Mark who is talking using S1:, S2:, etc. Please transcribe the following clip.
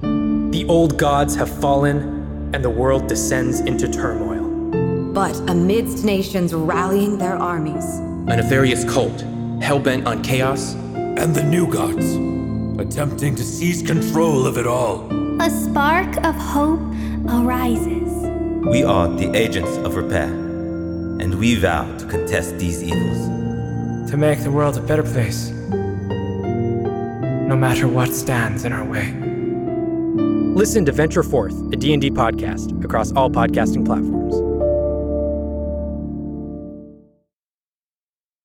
S1: The old gods have fallen, and the world descends into turmoil.
S2: But amidst nations rallying their armies,
S3: A nefarious cult, hell-bent on chaos,
S4: and the new gods, attempting to seize control of it all.
S5: A spark of hope arises.
S6: We are the agents of repair, and we vow to contest these evils.
S7: to make the world a better place. No matter what stands in our way.
S1: Listen to Venture Forth, a D&D podcast across all podcasting platforms.